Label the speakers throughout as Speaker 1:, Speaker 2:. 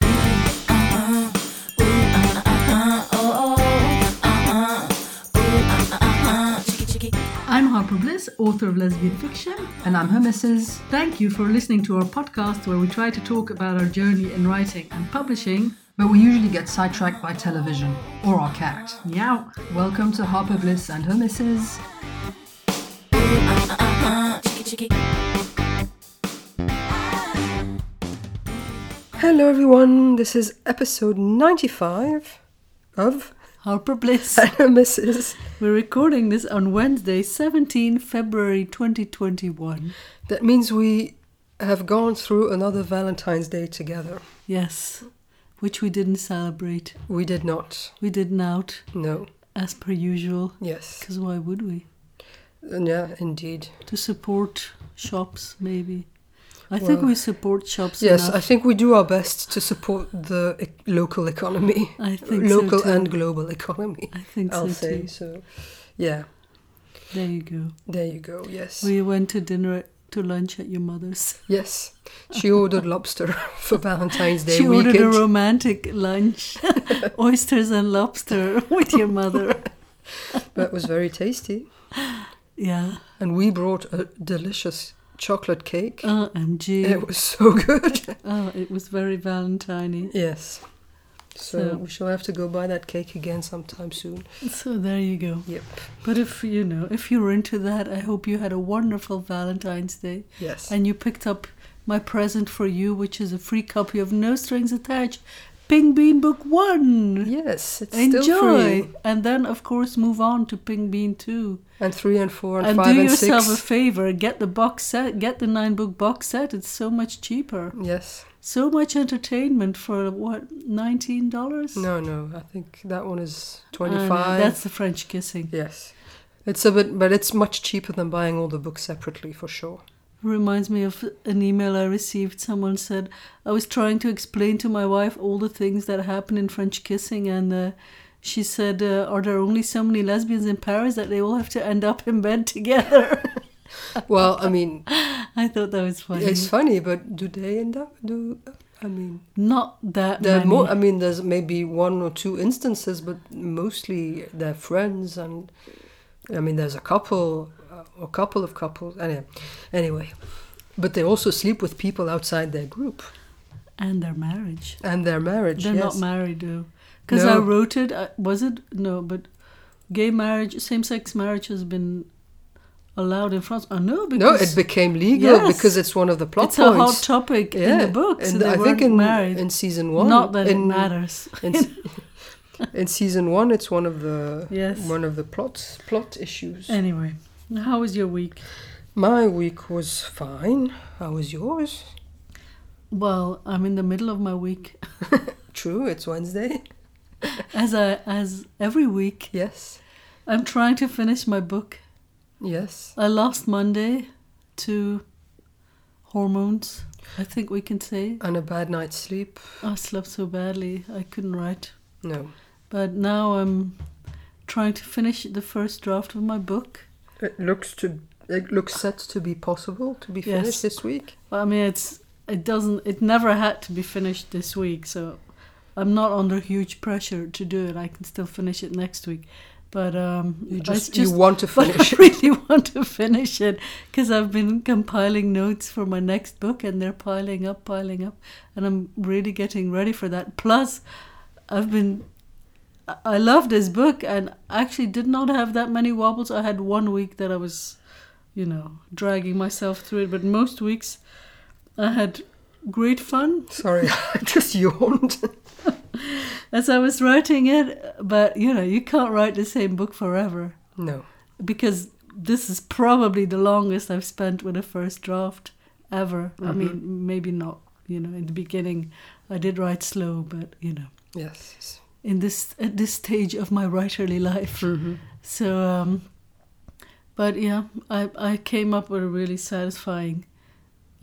Speaker 1: Oh, uh-uh.
Speaker 2: Papa Bliss, author of lesbian fiction, and I'm her missus. Thank you for listening to our podcast where we try to talk about our journey in writing and publishing.
Speaker 3: But we usually get sidetracked by television or our cat.
Speaker 2: Meow.
Speaker 3: Welcome to Harper Bliss and her missus. Hello, everyone. This is episode 95 of
Speaker 2: Harper Bliss.
Speaker 3: and her missus.
Speaker 2: We're recording this on Wednesday, 17 February 2021.
Speaker 3: That means we have gone through another Valentine's Day together.
Speaker 2: Yes, which we didn't celebrate.
Speaker 3: We did not.
Speaker 2: We didn't out,
Speaker 3: No.
Speaker 2: as per usual,
Speaker 3: Yes.
Speaker 2: because why would we?
Speaker 3: Yeah, indeed.
Speaker 2: To support shops, maybe. I think
Speaker 3: Well,
Speaker 2: we support shops.
Speaker 3: Yes,
Speaker 2: enough.
Speaker 3: I think we do our best to support the e- local economy,
Speaker 2: I think so
Speaker 3: local
Speaker 2: too.
Speaker 3: and global economy.
Speaker 2: I think
Speaker 3: I'll
Speaker 2: so
Speaker 3: say
Speaker 2: too.
Speaker 3: so. Yeah,
Speaker 2: There you go.
Speaker 3: there you go. Yes,
Speaker 2: We went to dinner at- to lunch at your mother's.
Speaker 3: yes. She ordered lobster for Valentine's Day
Speaker 2: she
Speaker 3: weekend.
Speaker 2: ordered a romantic lunch, oysters and lobster with your mother.
Speaker 3: that was very tasty,
Speaker 2: Yeah.
Speaker 3: and we brought a delicious chocolate cake.
Speaker 2: Oh, MG.
Speaker 3: It was so good.
Speaker 2: oh, it was very Valentine.
Speaker 3: yes. So,
Speaker 2: So-
Speaker 3: we shall have to go buy that cake again sometime soon.
Speaker 2: So there you go.
Speaker 3: Yep.
Speaker 2: But if you know, if you're into that, I hope you had a wonderful Valentine's Day
Speaker 3: Yes.
Speaker 2: and you picked up my present for you, which is a free copy of No Strings Attached, Ping Bean Book One.
Speaker 3: yes. It's still
Speaker 2: Enjoy,
Speaker 3: free.
Speaker 2: and then of course move on to Ping Bean Two.
Speaker 3: And three and four and,
Speaker 2: and
Speaker 3: five
Speaker 2: do
Speaker 3: and
Speaker 2: yourself
Speaker 3: six.
Speaker 2: a favor get the box set get the nine book box set it's so much cheaper
Speaker 3: Yes.
Speaker 2: so much entertainment for what nineteen dollars
Speaker 3: No, no. I think that one is twenty-five.
Speaker 2: that's the french kissing
Speaker 3: yes. It's a bit, but it's much cheaper than buying all the books separately for sure.
Speaker 2: reminds me of an email i received someone said i was trying to explain to my wife all the things that happen in french kissing and uh, she said uh, are there only so many lesbians in paris that they all have to end up in bed together
Speaker 3: Well, I mean,
Speaker 2: i thought that was funny
Speaker 3: it's funny, but do they end up? Do I mean?
Speaker 2: not that
Speaker 3: There are
Speaker 2: many.
Speaker 3: more. I mean, there's maybe one or two instances, but mostly they're friends, and I mean, there's a couple uh, or couple of couples. Anyway, anyway, but they also sleep with people outside their group
Speaker 2: and their marriage
Speaker 3: and their marriage.
Speaker 2: They're
Speaker 3: yes.
Speaker 2: not married though, because I
Speaker 3: No.
Speaker 2: wrote it. I, was it no? But gay marriage, same-sex marriage has been allowed in France. Oh no,
Speaker 3: No,
Speaker 2: because
Speaker 3: it became legal
Speaker 2: Yes.
Speaker 3: because it's one of the plot
Speaker 2: it's
Speaker 3: points.
Speaker 2: a hot topic in the book. So
Speaker 3: And
Speaker 2: they
Speaker 3: I
Speaker 2: weren't
Speaker 3: think in,
Speaker 2: married.
Speaker 3: in season one,
Speaker 2: Not that it
Speaker 3: in,
Speaker 2: matters.
Speaker 3: In, in season one, it's one of the
Speaker 2: Yes.
Speaker 3: one of the plot plot issues.
Speaker 2: anyway, how was your week?
Speaker 3: My week was fine. How was yours?
Speaker 2: Well, I'm in the middle of my week,
Speaker 3: True, it's Wednesday.
Speaker 2: as I as every week.
Speaker 3: Yes,
Speaker 2: I'm trying to finish my book.
Speaker 3: yes.
Speaker 2: I lost Monday to hormones. I think we can say
Speaker 3: And a bad night's sleep.
Speaker 2: I slept so badly I couldn't write.
Speaker 3: No,
Speaker 2: But now I'm trying to finish the first draft of my book.
Speaker 3: it looks to it looks set to be possible to be
Speaker 2: Yes.
Speaker 3: finished this week.
Speaker 2: I mean, it's it doesn't it never had to be finished this week, so I'm not under huge pressure to do it. I can still finish it next week. But um,
Speaker 3: You
Speaker 2: I
Speaker 3: just, you want to
Speaker 2: but
Speaker 3: finish.
Speaker 2: I really want to finish it because I've been compiling notes for my next book and they're piling up, piling up, and I'm really getting ready for that. Plus, I've been. I- I love this book and actually did not have that many wobbles. I had one week that I was, you know, dragging myself through it, but most weeks I had great fun
Speaker 3: Sorry, I just yawned.
Speaker 2: as I was writing it. But, you know, you can't write the same book forever.
Speaker 3: No.
Speaker 2: because this is probably the longest I've spent with a first draft ever. I mean, maybe not, you know, in the beginning I did write slow, but you know,
Speaker 3: Yes.
Speaker 2: in this at this stage of my writerly life.
Speaker 3: Mm-hmm.
Speaker 2: So um but yeah, I I came up with a really satisfying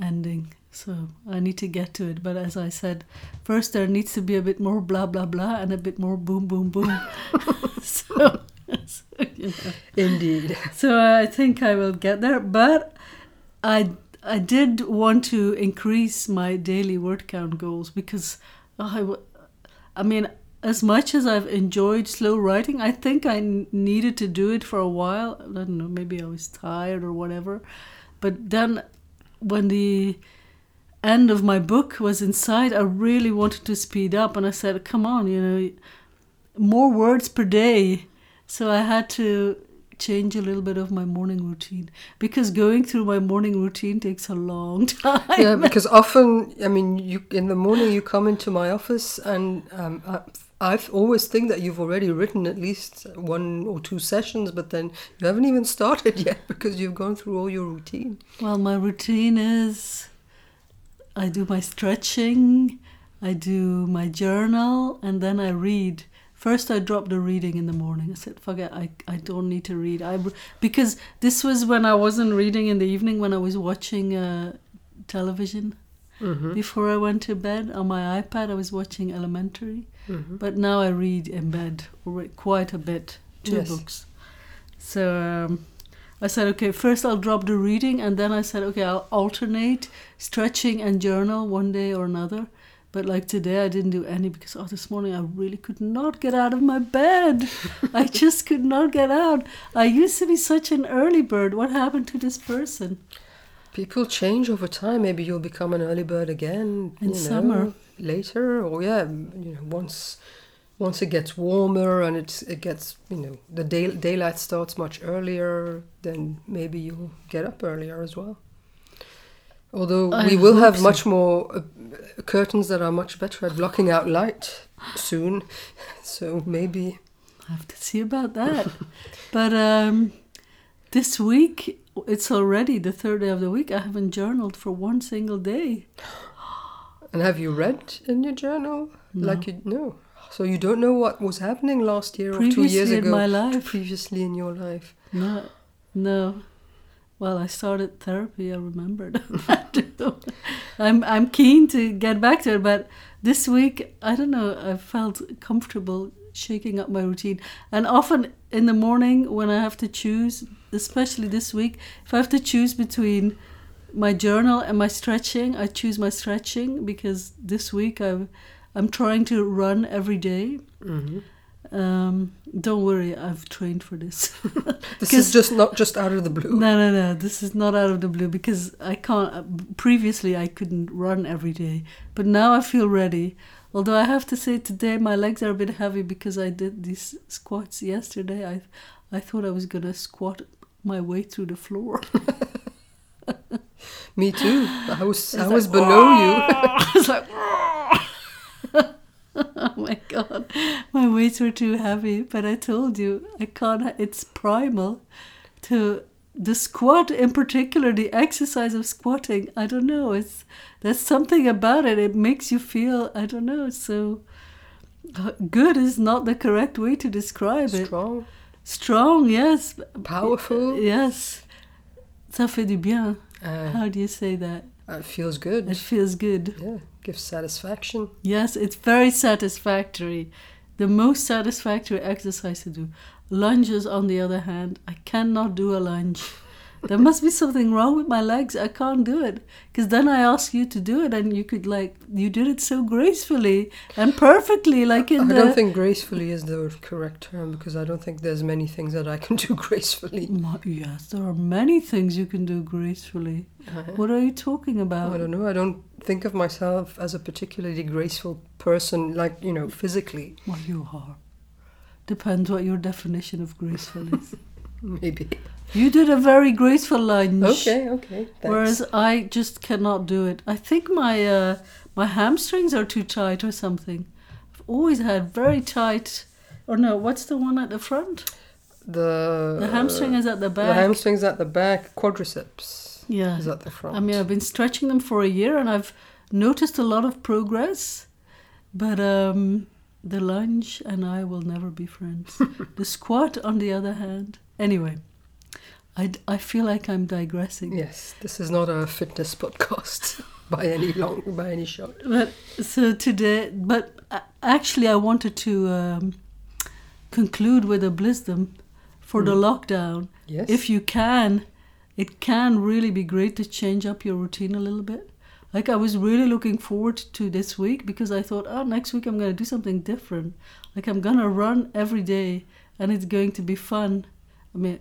Speaker 2: ending. So I need to get to it, but as I said, first there needs to be a bit more blah blah blah and a bit more boom boom boom. so, so you know.
Speaker 3: Indeed.
Speaker 2: So I think I will get there, but I I did want to increase my daily word count goals because oh, I, w- I mean as much as I've enjoyed slow writing, I think I n- needed to do it for a while. I don't know, maybe I was tired or whatever. But then when the end of my book was inside, I really wanted to speed up. And I said, come on, you know, more words per day. So I had to change a little bit of my morning routine because going through my morning routine takes a long time.
Speaker 3: yeah, because often, I mean, you in the morning you come into my office, and um, I, I've always think that you've already written at least one or two sessions, but then you haven't even started yet because you've gone through all your routine.
Speaker 2: Well, my routine is I do my stretching, I do my journal, and then I read. First, I dropped the reading in the morning. I said, "Forget, I, I don't need to read." I because this was when I wasn't reading in the evening when I was watching uh, television. Before I went to bed on my iPad, I was watching Elementary, but now I read in bed alre- quite a bit, two
Speaker 3: Yes.
Speaker 2: books. So um, I said, okay, first I'll drop the reading, and then I said, okay, I'll alternate stretching and journal one day or another. But like today, I didn't do any because oh, this morning I really could not get out of my bed. I just could not get out. I used to be such an early bird. What happened to this person?
Speaker 3: People change over time. Maybe you'll become an early bird again
Speaker 2: In
Speaker 3: you know,
Speaker 2: summer.
Speaker 3: later, or yeah, you know, once once it gets warmer and it's it gets you know the day, daylight starts much earlier, then maybe you'll get up earlier as well. Although
Speaker 2: I
Speaker 3: we will
Speaker 2: hope
Speaker 3: have
Speaker 2: so.
Speaker 3: much more uh, curtains that are much better at blocking out light soon, so maybe
Speaker 2: I have to see about that. but um, this week, it's already the third day of the week. I haven't journaled for one single day.
Speaker 3: And have you read in your journal? Like you no. So you don't know what was happening last year or two years
Speaker 2: Previously in
Speaker 3: ago.
Speaker 2: my life.
Speaker 3: Previously in your life.
Speaker 2: No, no. Well, I started therapy. I remembered. I'm I'm keen to get back to it, but this week I don't know. I felt comfortable shaking up my routine, and often in the morning when I have to choose, especially this week, if I have to choose between my journal and my stretching, I choose my stretching because this week I I'm trying to run every day.
Speaker 3: Mm-hmm.
Speaker 2: Um, don't worry, I've trained for this.
Speaker 3: This
Speaker 2: 'Cause-
Speaker 3: is just not just out of the blue.
Speaker 2: No, no, no. This is not out of the blue because I can't. uh, Previously, I couldn't run every day, but now I feel ready. Although I have to say, today my legs are a bit heavy because I did these squats yesterday. I, I thought I was gonna squat my way through the floor.
Speaker 3: Me too. I was I
Speaker 2: It's
Speaker 3: was
Speaker 2: like,
Speaker 3: below you.
Speaker 2: I was like, oh my god, my weights were too heavy. But I told you, I can't. It's primal to the squat in particular. The exercise of squatting. I don't know. It's there's something about it. It makes you feel. I don't know. So uh, good is not the correct way to describe it.
Speaker 3: Strong,
Speaker 2: Strong, yes.
Speaker 3: powerful.
Speaker 2: Yes. Ça fait du bien.
Speaker 3: Uh,
Speaker 2: How do you say that?
Speaker 3: it feels
Speaker 2: It
Speaker 3: good.
Speaker 2: feels good.
Speaker 3: Yeah, gives satisfaction.
Speaker 2: Yes, it's very satisfactory. The most satisfactory exercise to do. Lunges, on the other hand, I cannot do a lunge. there must be something wrong with my legs. I can't do it. Because then I ask you to do it, and you could, like, you did it so gracefully and perfectly, like in
Speaker 3: I
Speaker 2: the.
Speaker 3: don't think gracefully is the correct term because I don't think there's many things that I can do gracefully.
Speaker 2: Ma- Yes, there are many things you can do gracefully.
Speaker 3: Uh,
Speaker 2: What are you talking about?
Speaker 3: I don't know. I don't think of myself as a particularly graceful person, like, you know, physically,
Speaker 2: Well, you are. Depends what your definition of graceful is.
Speaker 3: maybe.
Speaker 2: you did a very graceful lunge.
Speaker 3: Okay, okay. Thanks.
Speaker 2: Whereas I just cannot do it. I think my uh, my hamstrings are too tight or something. I've always had very tight. Or no, what's the one at the front?
Speaker 3: the,
Speaker 2: The hamstring is at the
Speaker 3: Uh, the
Speaker 2: back.
Speaker 3: hamstrings at the back, quadriceps
Speaker 2: yeah.
Speaker 3: is at the front.
Speaker 2: I mean, I've been stretching them for a year, and I've noticed a lot of progress. But um, the lunge and I will never be friends. the squat, on the other hand, anyway. I, d- I feel like I'm digressing.
Speaker 3: yes, this is not a fitness podcast by any long by any shot.
Speaker 2: But so today, but a- actually, I wanted to um, conclude with a wisdom for the lockdown.
Speaker 3: Yes.
Speaker 2: If you can, it can really be great to change up your routine a little bit. Like I was really looking forward to this week because I thought, oh, next week I'm going to do something different. Like I'm going to run every day and it's going to be fun. I mean,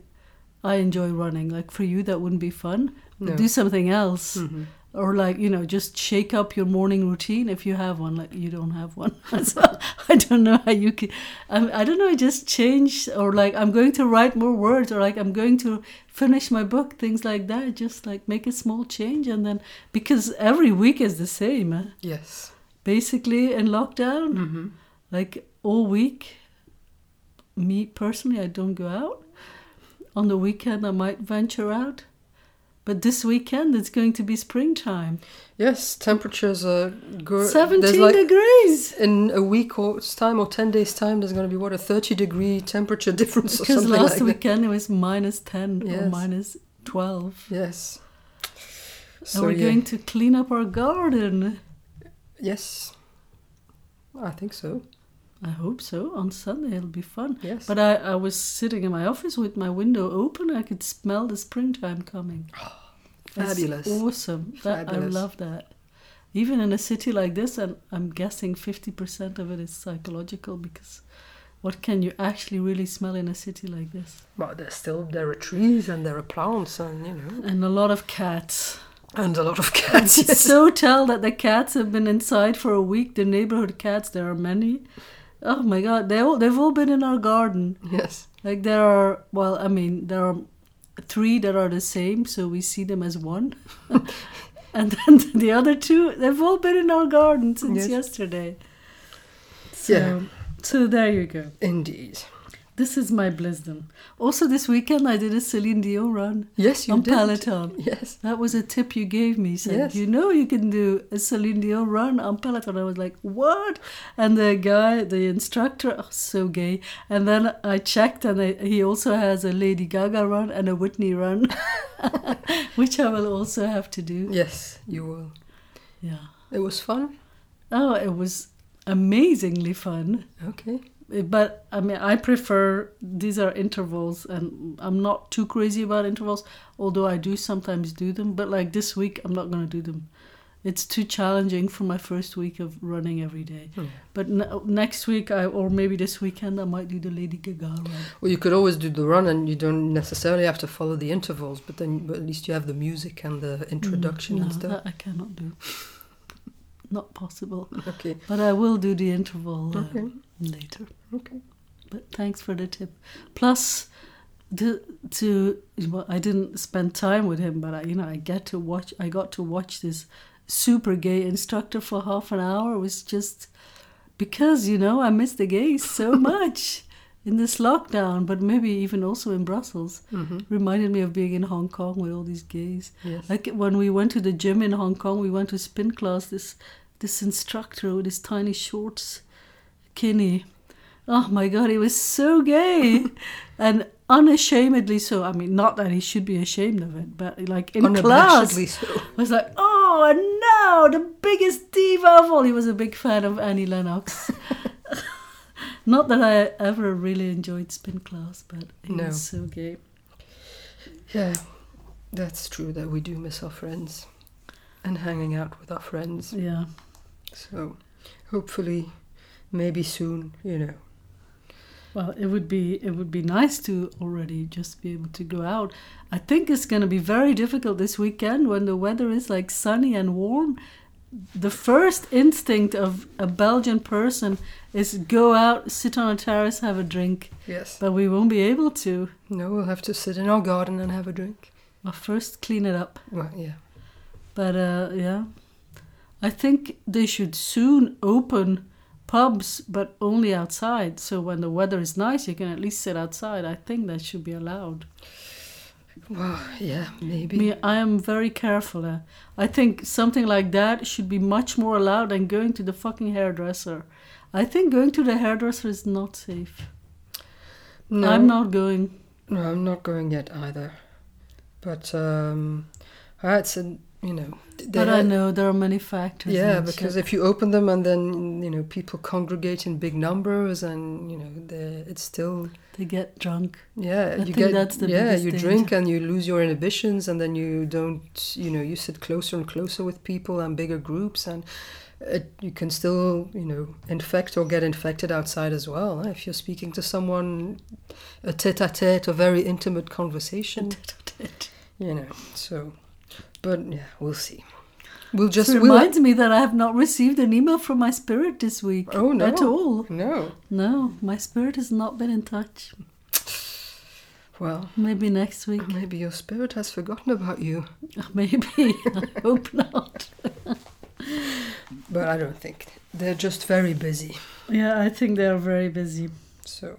Speaker 2: I enjoy running. Like for you, that wouldn't be fun. But
Speaker 3: No.
Speaker 2: Do something else.
Speaker 3: Mhm.
Speaker 2: Or like you know, just shake up your morning routine if you have one. Like you don't have one, so I don't know how you can. I, I don't know. Just change or like I'm going to write more words or like I'm going to finish my book. Things like that. Just like make a small change and then because every week is the same. eh?
Speaker 3: Yes.
Speaker 2: Basically in lockdown,
Speaker 3: Mm-hmm.
Speaker 2: like all week me personally i don't go out on the weekend i might venture out but this weekend it's going to be springtime
Speaker 3: Yes, temperatures are good.
Speaker 2: 17 degrees
Speaker 3: in a week or s- time or 10 days time there's going to be what a 30 degree temperature difference or
Speaker 2: because
Speaker 3: something
Speaker 2: last
Speaker 3: like
Speaker 2: weekend it was minus 10 or
Speaker 3: Yes.
Speaker 2: minus 12
Speaker 3: that yes
Speaker 2: and
Speaker 3: so
Speaker 2: we're
Speaker 3: yeah.
Speaker 2: going to clean up our garden
Speaker 3: yes i think so
Speaker 2: i hope so on sunday it'll be fun
Speaker 3: yes
Speaker 2: but I, I was sitting in my office with my window open i could smell the springtime coming That's
Speaker 3: fabulous
Speaker 2: awesome. That, I
Speaker 3: Fabulous.
Speaker 2: love that. Even in a city like this, and I'm guessing 50% of it is psychological because what can you actually really smell in a city like this?
Speaker 3: but there's still there are trees and there are plants and you know
Speaker 2: And a lot of cats.
Speaker 3: and a lot of
Speaker 2: I
Speaker 3: cats
Speaker 2: can
Speaker 3: yes.
Speaker 2: so tell that the cats have been inside for a week. The neighborhood cats, there are many. Oh my god, they all, they've all been in our garden.
Speaker 3: yes
Speaker 2: Like there are, well, I mean, there are three that are the same, so we see them as one. and then the other two, they've all been in our garden since
Speaker 3: Yes.
Speaker 2: yesterday. So,
Speaker 3: Yeah.
Speaker 2: so there you go.
Speaker 3: indeed
Speaker 2: This is my blissdom. Also, this weekend I did a Celine Dion run
Speaker 3: yes you
Speaker 2: on
Speaker 3: did
Speaker 2: Peloton.
Speaker 3: yes
Speaker 2: That was a tip you gave me. You Said,
Speaker 3: Yes.
Speaker 2: you know, you can do a Celine Dion run on Peloton. I was like, what? And the guy, the instructor, oh, so gay. And then I checked, and they, he also has a Lady Gaga run and a Whitney run, which I will also have to do.
Speaker 3: yes you will
Speaker 2: Yeah.
Speaker 3: it was fun
Speaker 2: Oh, it was amazingly fun.
Speaker 3: okay
Speaker 2: but I mean, I prefer these are intervals, and I'm not too crazy about intervals. Although I do sometimes do them, but like this week, I'm not gonna do them. It's too challenging for my first week of running every day.
Speaker 3: Yeah.
Speaker 2: But n- next week, I or maybe this weekend, I might do the Lady Gaga run.
Speaker 3: well you could always do the run and you don't necessarily have to follow the intervals but then but at least you have the music and the introduction
Speaker 2: Mm,
Speaker 3: and
Speaker 2: no,
Speaker 3: stuff
Speaker 2: that I cannot do. not possible.
Speaker 3: okay
Speaker 2: But I will do the interval uh,
Speaker 3: Okay.
Speaker 2: later.
Speaker 3: okay
Speaker 2: But thanks for the tip. Plus, the, to well, I didn't spend time with him, but I, you know, I get to watch. I got to watch this super gay instructor for half an hour. It was just because you know I miss the gays so much in this lockdown, but maybe even also in Brussels.
Speaker 3: mm-hmm.
Speaker 2: Reminded me of being in Hong Kong with all these gays.
Speaker 3: Yes.
Speaker 2: Like when we went to the gym in Hong Kong, we went to spin class. This this instructor with his tiny shorts, Kenny. Oh my God, he was so gay, and unashamedly so. I mean, not that he should be ashamed of it, but like in class,
Speaker 3: Unabashedly so.
Speaker 2: I was like, oh, and now the biggest diva of all. He was a big fan of Annie Lennox. not that I ever really enjoyed spin class, but he
Speaker 3: No.
Speaker 2: was so gay.
Speaker 3: Yeah, that's true that we do miss our friends and hanging out with our friends.
Speaker 2: Yeah.
Speaker 3: So hopefully, maybe soon, you know.
Speaker 2: Well, it would be it would be nice to already just be able to go out. I think it's going to be very difficult this weekend when the weather is like sunny and warm. The first instinct of a Belgian person is go out, sit on a terrace, have a drink,
Speaker 3: Yes.
Speaker 2: but we won't be able to.
Speaker 3: No, we'll have to sit in our garden and have a drink.
Speaker 2: Well, first clean it up.
Speaker 3: Well, yeah.
Speaker 2: But uh, yeah, I think they should soon open pubs, but only outside. So when the weather is nice, you can at least sit outside. I think that should be allowed.
Speaker 3: Well, yeah, maybe.
Speaker 2: Me, I am very careful. eh. I think something like that should be much more allowed than going to the fucking hairdresser. I think going to the hairdresser is not safe.
Speaker 3: no,
Speaker 2: I'm not going.
Speaker 3: No, I'm not going yet either. But um, I had some you know. th-
Speaker 2: But I
Speaker 3: had-
Speaker 2: know there are many factors.
Speaker 3: Yeah,
Speaker 2: in it,
Speaker 3: because if you open them and then you know people congregate in big numbers and you know they're- it's still
Speaker 2: they get drunk.
Speaker 3: yeah
Speaker 2: I
Speaker 3: you
Speaker 2: think
Speaker 3: get
Speaker 2: that's the
Speaker 3: yeah
Speaker 2: biggest
Speaker 3: you
Speaker 2: danger.
Speaker 3: drink and you lose your inhibitions and then you don't you know you sit closer and closer with people and bigger groups and it, you can still you know infect or get infected outside as well eh, if you're speaking to someone a tete-a-tete a very intimate conversation you know so but yeah we'll see we'll just
Speaker 2: Just it
Speaker 3: we'll-
Speaker 2: reminds me that I have not received an email from my spirit this week.
Speaker 3: Oh, no.
Speaker 2: At all.
Speaker 3: no
Speaker 2: No, my spirit has not been in touch.
Speaker 3: well
Speaker 2: Maybe next week.
Speaker 3: Maybe your spirit has forgotten about you.
Speaker 2: Maybe. I hope not.
Speaker 3: But I don't think. They're just very busy.
Speaker 2: Yeah, I think they are very busy.
Speaker 3: So,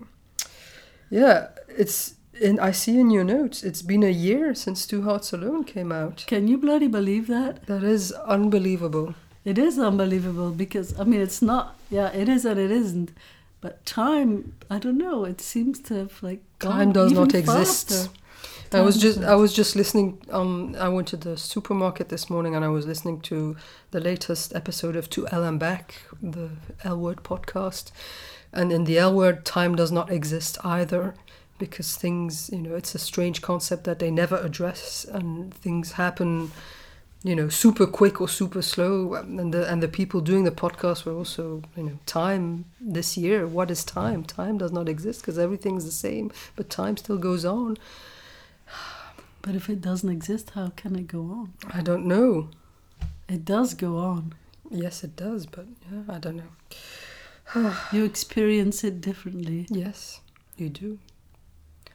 Speaker 3: yeah, it's. And I see in your notes, it's been a year since Two Hearts Alone came out.
Speaker 2: Can you bloody believe that?
Speaker 3: That is unbelievable.
Speaker 2: It is unbelievable because I mean it's not yeah, it is and it isn't. But time I don't know, it seems to have like
Speaker 3: Time
Speaker 2: gone
Speaker 3: does
Speaker 2: even
Speaker 3: not exist.
Speaker 2: faster.
Speaker 3: I was
Speaker 2: Time
Speaker 3: just
Speaker 2: does
Speaker 3: I was just listening. Um, I went to the supermarket this morning and I was listening to the latest episode of To L and Back, the L Word podcast, and in the L Word, time does not exist either, because things you know it's a strange concept that they never address, and things happen, you know, super quick or super slow, and the and the people doing the podcast were also you know time this year. What is time? Time does not exist because everything's the same, but time still goes on.
Speaker 2: But if it doesn't exist, how can it go on?
Speaker 3: I don't know.
Speaker 2: It does go on.
Speaker 3: Yes, it does, but yeah, I don't know.
Speaker 2: You experience it differently.
Speaker 3: Yes, you do,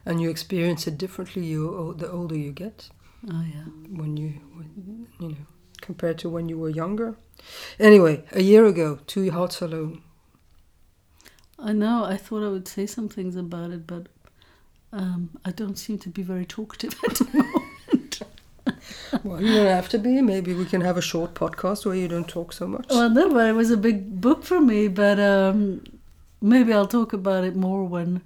Speaker 3: and you experience it differently. You o- the older you get,
Speaker 2: Oh yeah.
Speaker 3: when you when, you know compared to when you were younger. Anyway, a year ago, Two Hearts Alone.
Speaker 2: I know. I thought I would say some things about it, but um, I don't seem to be very talkative at the moment.
Speaker 3: Well, you don't have to be. Maybe we can have a short podcast where you don't talk so much.
Speaker 2: well, no, but it was a big book for me. But um, maybe I'll talk about it more when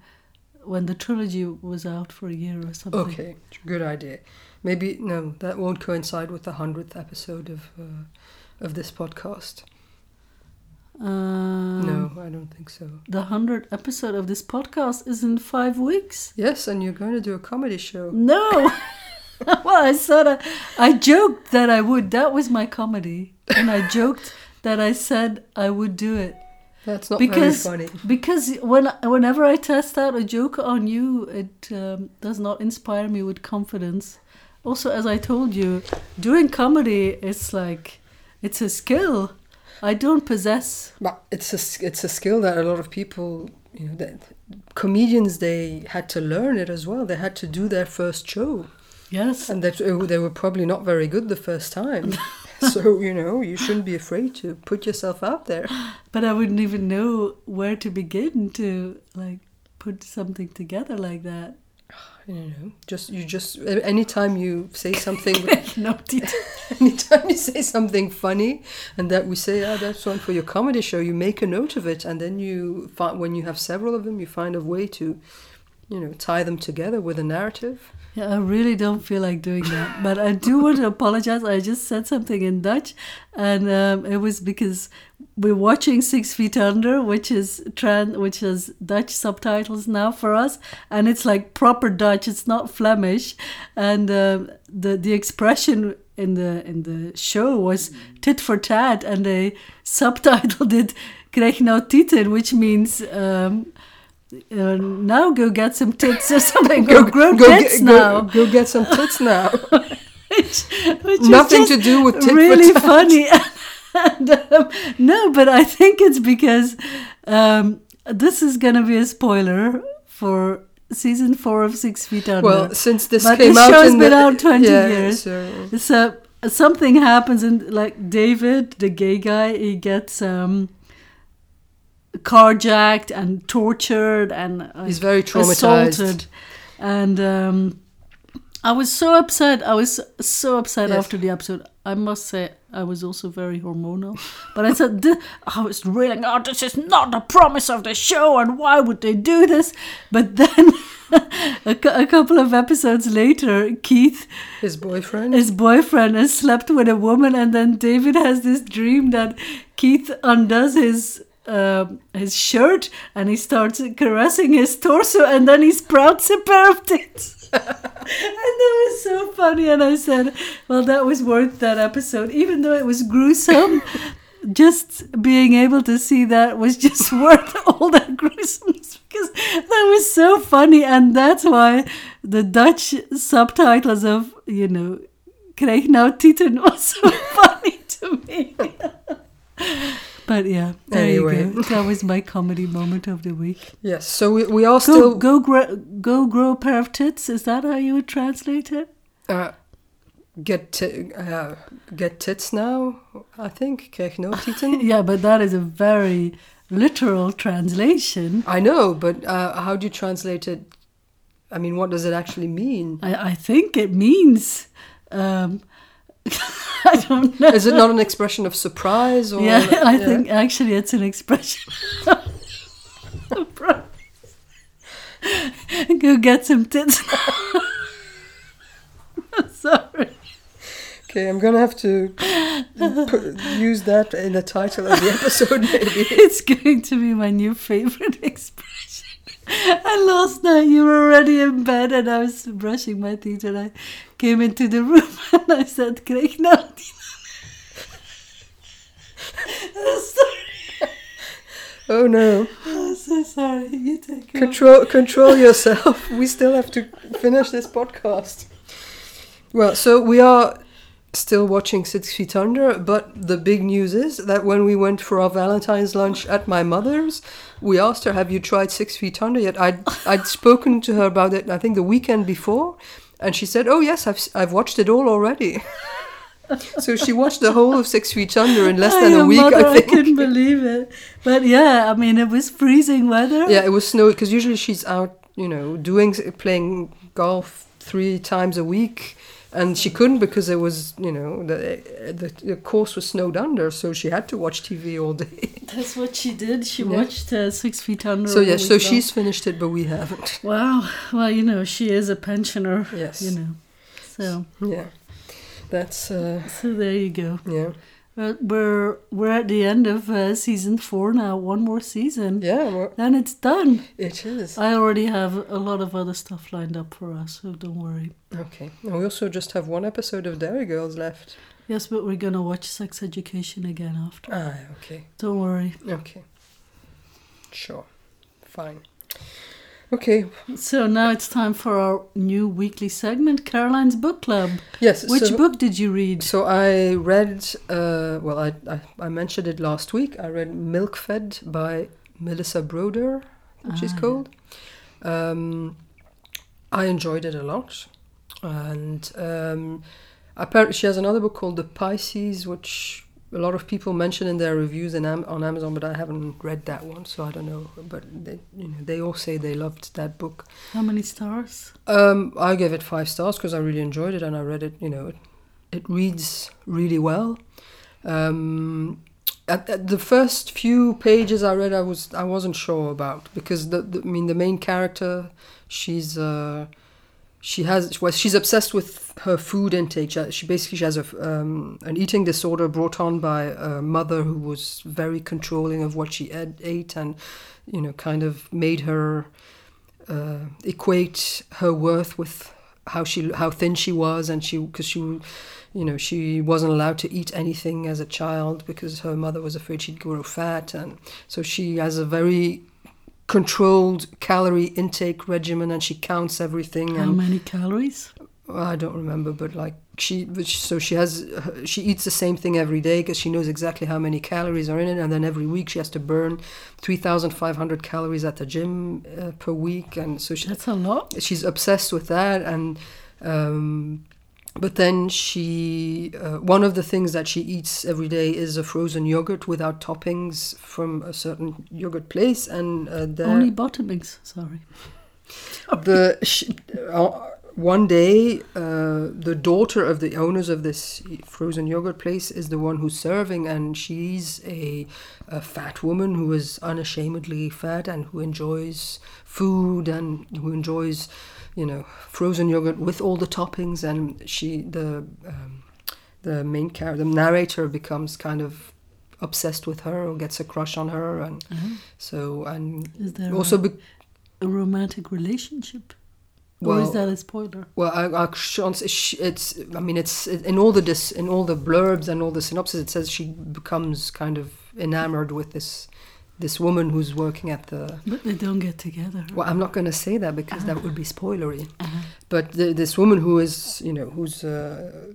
Speaker 2: when the trilogy was out for a year or something.
Speaker 3: okay, good idea. Maybe no, that won't coincide with the hundredth episode of uh, of this podcast.
Speaker 2: Um,
Speaker 3: no, I don't think so.
Speaker 2: The hundredth episode of this podcast is in five weeks.
Speaker 3: Yes, and you're going to do a comedy show.
Speaker 2: No. well, I sort of, I joked that I would. That was my comedy, and I joked that I said I would do it
Speaker 3: That's not
Speaker 2: because
Speaker 3: very funny.
Speaker 2: because when whenever I test out a joke on you, it um, does not inspire me with confidence. Also, as I told you, doing comedy is like it's a skill. I don't possess.
Speaker 3: But it's a s- it's a skill that a lot of people, you know, that comedians they had to learn it as well. They had to do their first show,
Speaker 2: Yes,
Speaker 3: and that uh, they were probably not very good the first time. so you know you shouldn't be afraid to put yourself out there.
Speaker 2: but I wouldn't even know where to begin to like put something together like that.
Speaker 3: You know, just you just a- anytime you say something,
Speaker 2: no detail.
Speaker 3: anytime you say something funny, and that we say, ah, that's one for your comedy show. You make a note of it, and then you find when you have several of them, you find a way to, you know, tie them together with a narrative.
Speaker 2: Yeah, I really don't feel like doing that, but I do want to apologize. I just said something in Dutch, and um, it was because we're watching Six Feet Under, which is trans, which has Dutch subtitles now for us, and it's like proper Dutch. It's not Flemish, and um, the the expression in the in the show was tit for tat, and they subtitled it "Krijg nou tieten," which means. Um, uh, now go get some tits or something. Go, grow tits
Speaker 3: get,
Speaker 2: now.
Speaker 3: Go, go get some tits now.
Speaker 2: Which- which is
Speaker 3: Nothing
Speaker 2: just
Speaker 3: to do with tit for
Speaker 2: really
Speaker 3: tat.
Speaker 2: funny. and, um, no, but I think it's because um, this is going to be a spoiler for season four of Six Feet Under.
Speaker 3: well, since this
Speaker 2: But
Speaker 3: came
Speaker 2: this
Speaker 3: out,
Speaker 2: show's
Speaker 3: in
Speaker 2: been
Speaker 3: the,
Speaker 2: out 20
Speaker 3: yeah,
Speaker 2: years.
Speaker 3: So,
Speaker 2: so something happens, and like David, the gay guy, he gets um, carjacked and tortured, and uh,
Speaker 3: he's very traumatized.
Speaker 2: assaulted. And um, I was so upset. I was so upset
Speaker 3: Yes.
Speaker 2: after the episode. I must say, I was also very hormonal. But I said, thi- I was really, oh, this is not the promise of the show, and why would they do this? But then a, cou- a couple of episodes later, Keith,
Speaker 3: His boyfriend.
Speaker 2: his boyfriend, has slept with a woman, and then David has this dream that Keith undoes his. Um, his shirt and he starts caressing his torso and then he sprouts a pair of tits and that was so funny and i said well that was worth that episode even though it was gruesome just being able to see that was just worth all that gruesomeness because that was so funny and that's why the dutch subtitles of you know krijg nou tieten was so funny to me but yeah there you go
Speaker 3: Anyway.
Speaker 2: that was my comedy moment of the week
Speaker 3: yes. So we, we are
Speaker 2: go
Speaker 3: still.
Speaker 2: go grow, go grow a pair of tits is that how you would translate it
Speaker 3: Uh, get ti- uh, get tits now. I think. Krijg no tieten.
Speaker 2: yeah but that is a very literal translation
Speaker 3: I know, but uh, how do you translate it? I mean, what does it actually mean?
Speaker 2: I, I think it means. Um, I don't know.
Speaker 3: Is it not an expression of surprise? Or,
Speaker 2: yeah, I think actually it's an expression. Go get some tits. Sorry.
Speaker 3: Okay, I'm gonna have to put, use that in the title of the episode, maybe.
Speaker 2: It's going to be my new favorite expression. And last night you were already in bed and I was brushing my teeth and I came into the room and I said, Krijg nou die- Sorry,
Speaker 3: Oh no!
Speaker 2: I'm so sorry. You take over.
Speaker 3: Control, control yourself. We still have to finish this podcast. Well, so we are still watching Six Feet Under, but the big news is that when we went for our Valentine's lunch at my mother's, we asked her, "Have you tried Six Feet Under yet?" I'd I'd spoken to her about it. I think the weekend before, and she said, "Oh yes, I've s- I've watched it all already." so she watched the whole of Six Feet Under in less
Speaker 2: By
Speaker 3: than a
Speaker 2: your
Speaker 3: week.
Speaker 2: mother,
Speaker 3: I think.
Speaker 2: couldn't believe it. But yeah, I mean, it was freezing weather.
Speaker 3: Yeah, it was snowy because usually she's out, you know, doing playing golf three times a week, and she couldn't because it was, you know, the the, the course was snowed under, so she had to watch TV all day.
Speaker 2: That's what she did. She
Speaker 3: Yeah.
Speaker 2: watched uh, Six Feet Under.
Speaker 3: so
Speaker 2: all
Speaker 3: yeah,
Speaker 2: week
Speaker 3: so
Speaker 2: long.
Speaker 3: she's finished it, but we haven't.
Speaker 2: Wow. Well, you know, she is a pensioner.
Speaker 3: Yes.
Speaker 2: You know. So,
Speaker 3: Yeah, that's uh,
Speaker 2: so there you go.
Speaker 3: yeah,
Speaker 2: Well, we're we're at the end of uh, season four now. One more season,
Speaker 3: yeah. Well,
Speaker 2: then it's done.
Speaker 3: it is
Speaker 2: I already have a lot of other stuff lined up for us, so don't worry.
Speaker 3: okay. And we also just have one episode of Dairy Girls left.
Speaker 2: Yes, but we're gonna watch Sex Education again after.
Speaker 3: Ah, okay.
Speaker 2: Don't worry.
Speaker 3: Okay. Sure. Fine. Okay.
Speaker 2: So now it's time for our new weekly segment, Caroline's Book Club.
Speaker 3: Yes.
Speaker 2: Which
Speaker 3: so-
Speaker 2: book did you read?
Speaker 3: So I read, uh, well, I, I, I mentioned it last week. I read Milkfed by Melissa Broder, I think she's
Speaker 2: Ah, yeah.
Speaker 3: called. Um, I enjoyed it a lot. And um, apparently, she has another book called The Pisces, which a lot of people mention in their reviews in Am- on Amazon, but I haven't read that one, so I don't know. But they, you know, they all say they loved that book.
Speaker 2: How many stars?
Speaker 3: Um, I gave it five stars because I really enjoyed it and I read it. You know, it, it reads really well. Um, at, at the first few pages I read, I was I wasn't sure about because the, the I mean the main character, she's uh, she has well she's obsessed with her food intake. She, she basically she has a f- um, an eating disorder brought on by a mother who was very controlling of what she ed, ate and you know kind of made her uh, equate her worth with how she how thin she was and she because she you know she wasn't allowed to eat anything as a child because her mother was afraid she'd grow fat and so she has a very controlled calorie intake regimen and she counts everything
Speaker 2: How
Speaker 3: and
Speaker 2: many calories?
Speaker 3: well, I don't remember, but like she, but she- so she has, she eats the same thing every day because she knows exactly how many calories are in it, and then every week she has to burn three thousand five hundred calories at the gym uh, per week, and so she,
Speaker 2: That's a lot.
Speaker 3: she's obsessed with that and um, but then she uh, one of the things that she eats every day is a frozen yogurt without toppings from a certain yogurt place and uh, there
Speaker 2: Only bottomings, sorry.
Speaker 3: the she, uh, one day, uh, the daughter of the owners of this frozen yogurt place is the one who's serving, and she's a, a fat woman who is unashamedly fat and who enjoys food and who enjoys, you know, frozen yogurt with all the toppings. And she, the um, the main character, the narrator, becomes kind of obsessed with her or gets a crush on her, and
Speaker 2: Uh-huh.
Speaker 3: so and
Speaker 2: Is there
Speaker 3: also
Speaker 2: a,
Speaker 3: be-
Speaker 2: a romantic relationship? or
Speaker 3: well,
Speaker 2: is that a spoiler?
Speaker 3: Well, I, I, Sean's, sh- it's. I mean, it's in all the dis, in all the blurbs and all the synopsis. It says she becomes kind of enamored with this this woman who's working at the.
Speaker 2: But they don't get together.
Speaker 3: Well, I'm not going to say that because that would be spoilery.
Speaker 2: Uh-huh.
Speaker 3: But the, this woman who is, you know, who's uh,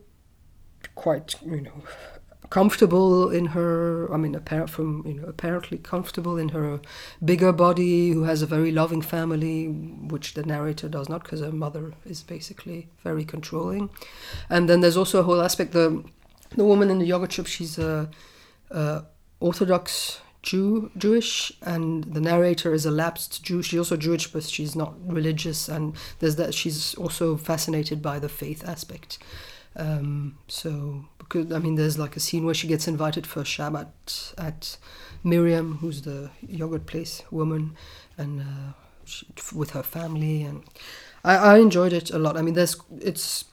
Speaker 3: quite, you know, comfortable in her. I mean, apparent from, you know, apparently comfortable in her bigger body, who has a very loving family, which the narrator does not, because her mother is basically very controlling. And then there's also a whole aspect. The the woman in the yogurt shop, she's a, a uh, Orthodox Jew, Jewish, and the narrator is a lapsed Jew. She's also Jewish, but she's not religious, and there's that. She's also fascinated by the faith aspect. Um, so, because I mean, there's like a scene where she gets invited for Shabbat at Miriam, who's the yogurt place woman, and uh, she, with her family, and I, I enjoyed it a lot. I mean, there's it's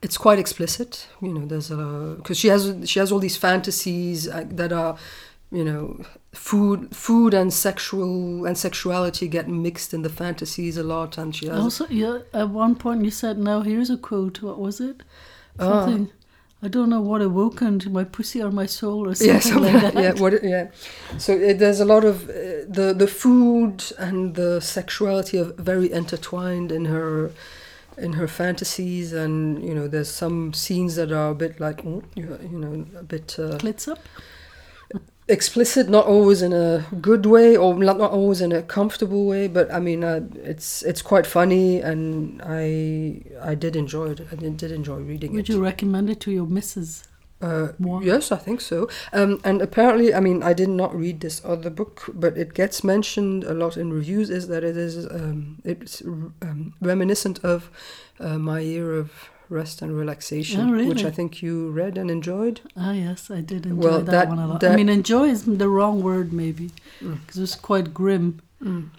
Speaker 3: it's quite explicit you know there's a because she has she has all these fantasies uh, that are you know food food and sexual and sexuality get mixed in the fantasies a lot and she has
Speaker 2: Also, yeah, at one point you said, now here's a quote. What was it?
Speaker 3: Ah.
Speaker 2: Something. I don't know what awoken to my pussy or my soul or something
Speaker 3: yeah, something
Speaker 2: like that.
Speaker 3: yeah, what, it- yeah. So uh, there's a lot of uh, the the food and the sexuality are very intertwined in her in her fantasies, and you know there's some scenes that are a bit like mm, you you know a bit uh,
Speaker 2: Clits up.
Speaker 3: explicit, not always in a good way, or not, not always in a comfortable way. But I mean, uh, it's it's quite funny, and I I did enjoy it. I did, did enjoy reading
Speaker 2: Would
Speaker 3: it.
Speaker 2: you recommend it to your missus?
Speaker 3: Uh,
Speaker 2: More?
Speaker 3: yes, I think so. Um, and apparently, I mean, I did not read this other book, but it gets mentioned a lot in reviews. Is that it is um, it's um, reminiscent of uh, my year of rest and relaxation,
Speaker 2: Oh, really?
Speaker 3: which I think you read and enjoyed.
Speaker 2: Ah, yes, I did enjoy
Speaker 3: Well,
Speaker 2: that,
Speaker 3: that-
Speaker 2: one a lot. I
Speaker 3: that-
Speaker 2: mean, enjoy is the wrong word, maybe,
Speaker 3: Mm.
Speaker 2: because it's quite grim.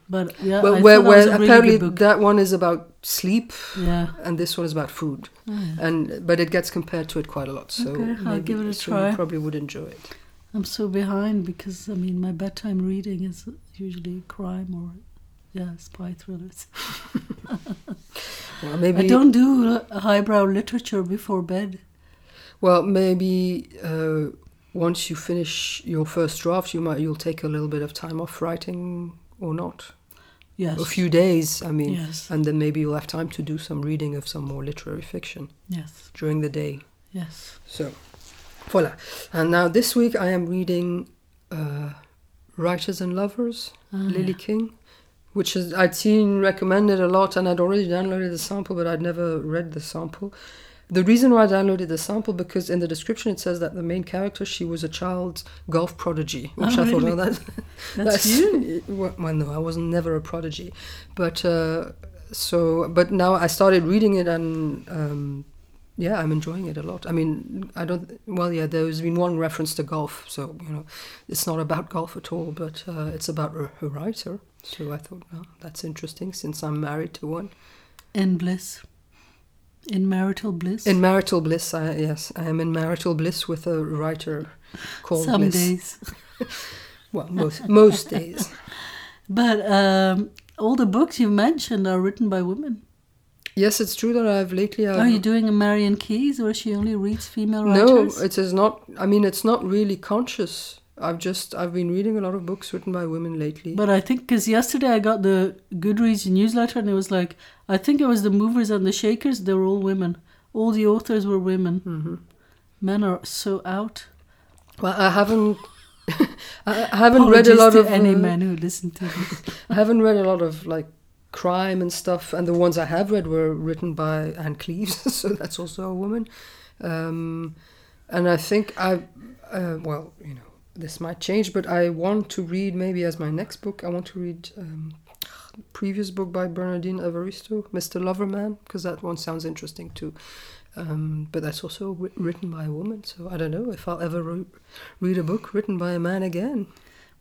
Speaker 2: But yeah,
Speaker 3: But
Speaker 2: Mm. I
Speaker 3: where,
Speaker 2: thought that was
Speaker 3: where
Speaker 2: a
Speaker 3: apparently
Speaker 2: really good book.
Speaker 3: that one is about sleep
Speaker 2: yeah.
Speaker 3: and this one is about food
Speaker 2: Ah, yeah.
Speaker 3: and but it gets compared to it quite a lot so
Speaker 2: Okay, I'll
Speaker 3: maybe-
Speaker 2: give it a
Speaker 3: so
Speaker 2: try.
Speaker 3: you probably would enjoy it
Speaker 2: I'm so behind because I mean my bedtime reading is usually crime or yeah spy thrillers.
Speaker 3: well maybe
Speaker 2: I don't do uh, highbrow literature before bed.
Speaker 3: well maybe uh, once you finish your first draft you might you'll take a little bit of time off writing or not
Speaker 2: Yes.
Speaker 3: a few days i mean
Speaker 2: Yes.
Speaker 3: and then maybe you'll have time to do some reading of some more literary fiction
Speaker 2: Yes.
Speaker 3: during the day
Speaker 2: Yes.
Speaker 3: So, voila. And now this week I am reading uh, Writers and Lovers,
Speaker 2: Ah,
Speaker 3: Lily King, which is I'd seen recommended a lot, and I'd already downloaded the sample, but I'd never read the sample. The reason why I downloaded the sample because in the description it says that the main character she was a child golf prodigy, which
Speaker 2: Oh,
Speaker 3: I thought,
Speaker 2: really?
Speaker 3: oh, that,
Speaker 2: That's you.
Speaker 3: well, well, no, I was never a prodigy, but uh, so but now I started reading it and um, yeah, I'm enjoying it a lot. I mean, I don't. Well, yeah, there's been one reference to golf, so you know, it's not about golf at all, but uh, it's about a, a writer. So I thought, well, that's interesting since I'm married to one.
Speaker 2: In bliss. In marital bliss.
Speaker 3: In marital bliss, I yes, I am in marital bliss with a writer called
Speaker 2: some
Speaker 3: Bliss.
Speaker 2: days.
Speaker 3: Well, most most days.
Speaker 2: But um, all the books you mentioned are written by women.
Speaker 3: Yes, it's true that I've lately. um, I've,
Speaker 2: Are Oh, you doing a Marion Keyes, or she only reads female
Speaker 3: Uh-huh. No,
Speaker 2: writers?
Speaker 3: it is not. I mean, it's not really conscious. I've just I've been reading a lot of books written by women lately.
Speaker 2: But I think because yesterday I got the Goodreads newsletter and it was like I think it was the movers and the shakers. They were all women. All the authors were women.
Speaker 3: hmm
Speaker 2: Men are so out.
Speaker 3: Well, I haven't. I I haven't read a
Speaker 2: Apologies
Speaker 3: lot
Speaker 2: to
Speaker 3: of
Speaker 2: any
Speaker 3: uh,
Speaker 2: men who listen to this.
Speaker 3: I haven't read a lot of like crime and stuff, and the ones I have read were written by Anne Cleves, so that's also a woman. Um, and I think I, uh, well, you know, this might change, but I want to read maybe as my next book. I want to read um, previous book by Bernardine Evaristo, Mr. Loverman, because that one sounds interesting too. Um, but that's also wri- written by a woman, so I don't know if I'll ever re- read a book written by a man again.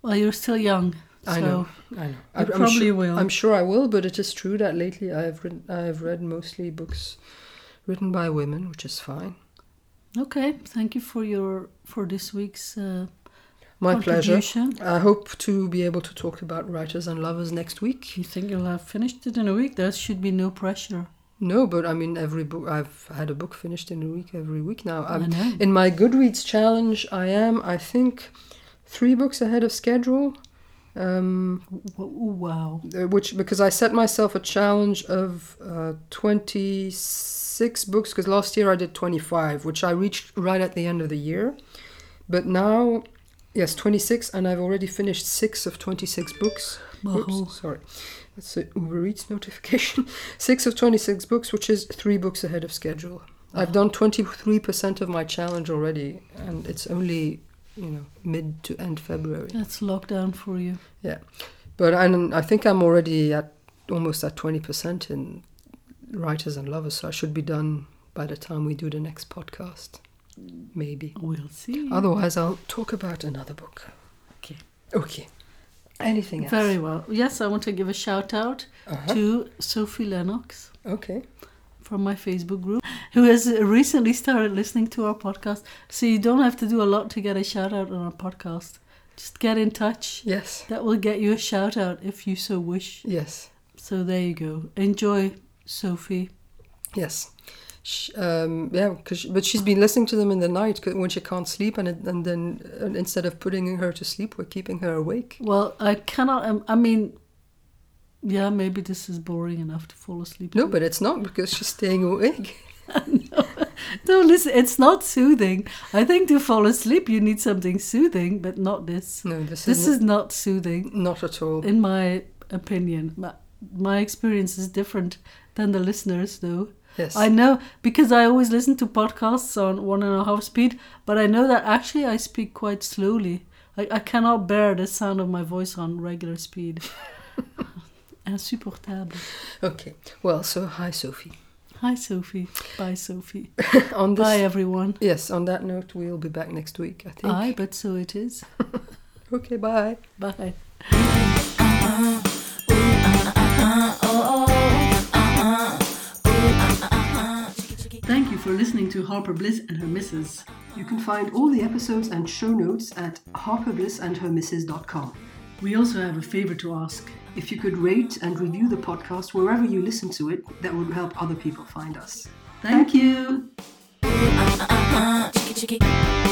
Speaker 2: Well, you're still young. So
Speaker 3: I know, I know. I,
Speaker 2: you probably
Speaker 3: sure,
Speaker 2: will.
Speaker 3: I'm sure I will, but it is true that lately I have written, I have read mostly books written by women, which is fine.
Speaker 2: Okay, thank you for your for this week's uh,
Speaker 3: My pleasure.
Speaker 2: contribution.
Speaker 3: I hope to be able to talk about writers and lovers next week.
Speaker 2: You think you'll have finished it in a week? There should be no pressure.
Speaker 3: No, but I mean every book I've had a book finished in a week every week now.
Speaker 2: i
Speaker 3: I'm,
Speaker 2: know.
Speaker 3: in my Goodreads challenge, I am I think three books ahead of schedule. Um,
Speaker 2: W- w- wow.
Speaker 3: uh, which because I set myself a challenge of uh, 26 books because last year I did 25, which I reached right at the end of the year. But now, yes, 26, and I've already finished six of 26 books. Oops,
Speaker 2: Wow.
Speaker 3: sorry, that's a Uber Eats notification. six of 26 books, which is three books ahead of schedule. I've done 23% of my challenge already, and it's only you know mid to end February.
Speaker 2: That's lockdown for you.
Speaker 3: But and I think I'm already at almost at twenty percent in writers and lovers, so I should be done by the time we do the next podcast, maybe.
Speaker 2: We'll see.
Speaker 3: Otherwise, I'll talk about another book.
Speaker 2: Okay.
Speaker 3: Okay. Anything else?
Speaker 2: Very well. Yes, I want to give a shout out
Speaker 3: Uh-huh.
Speaker 2: to Sophie Lennox
Speaker 3: Okay.
Speaker 2: from my Facebook group, who has recently started listening to our podcast. So you don't have to do a lot to get a shout out on our podcast. Just get in touch.
Speaker 3: Yes.
Speaker 2: That will get you a shout out if you so wish.
Speaker 3: Yes.
Speaker 2: So there you go. Enjoy, Sophie.
Speaker 3: Yes. Sh um, yeah, cause she- but she's been listening to them in the night 'cause when she can't sleep, and, it, and then and instead of putting her to sleep, we're keeping her awake.
Speaker 2: Well, I cannot. Um, I mean, yeah, maybe this is boring enough to fall asleep.
Speaker 3: No,
Speaker 2: to.
Speaker 3: but it's not because she's staying awake.
Speaker 2: no, listen, it's not soothing. I think to fall asleep, you need something soothing, but not this.
Speaker 3: No, this,
Speaker 2: This
Speaker 3: is
Speaker 2: is not soothing,
Speaker 3: not at all.
Speaker 2: in my opinion. My, my experience is different than the listeners, though.
Speaker 3: Yes.
Speaker 2: I know because I always listen to podcasts on one and a half speed, but I know that actually I speak quite slowly. I, I cannot bear the sound of my voice on regular speed. Insupportable.
Speaker 3: Okay. Well, so hi, Sophie.
Speaker 2: Hi, Sophie. Bye, Sophie.
Speaker 3: on this,
Speaker 2: Bye, everyone.
Speaker 3: yes. On that note, we'll be back next week. I think.
Speaker 2: Aye, but so it is.
Speaker 3: Okay. Bye.
Speaker 2: Bye.
Speaker 1: Uh-uh,
Speaker 2: Thank you for listening to Harper Bliss and her missus.
Speaker 3: You can find all the episodes and show notes at harperblissandhermisses.com.
Speaker 2: We also have a favor to ask.
Speaker 3: If you could rate and review the podcast wherever you listen to it, that would help other people find us.
Speaker 2: Thank you.
Speaker 1: Uh-uh, chicky chicky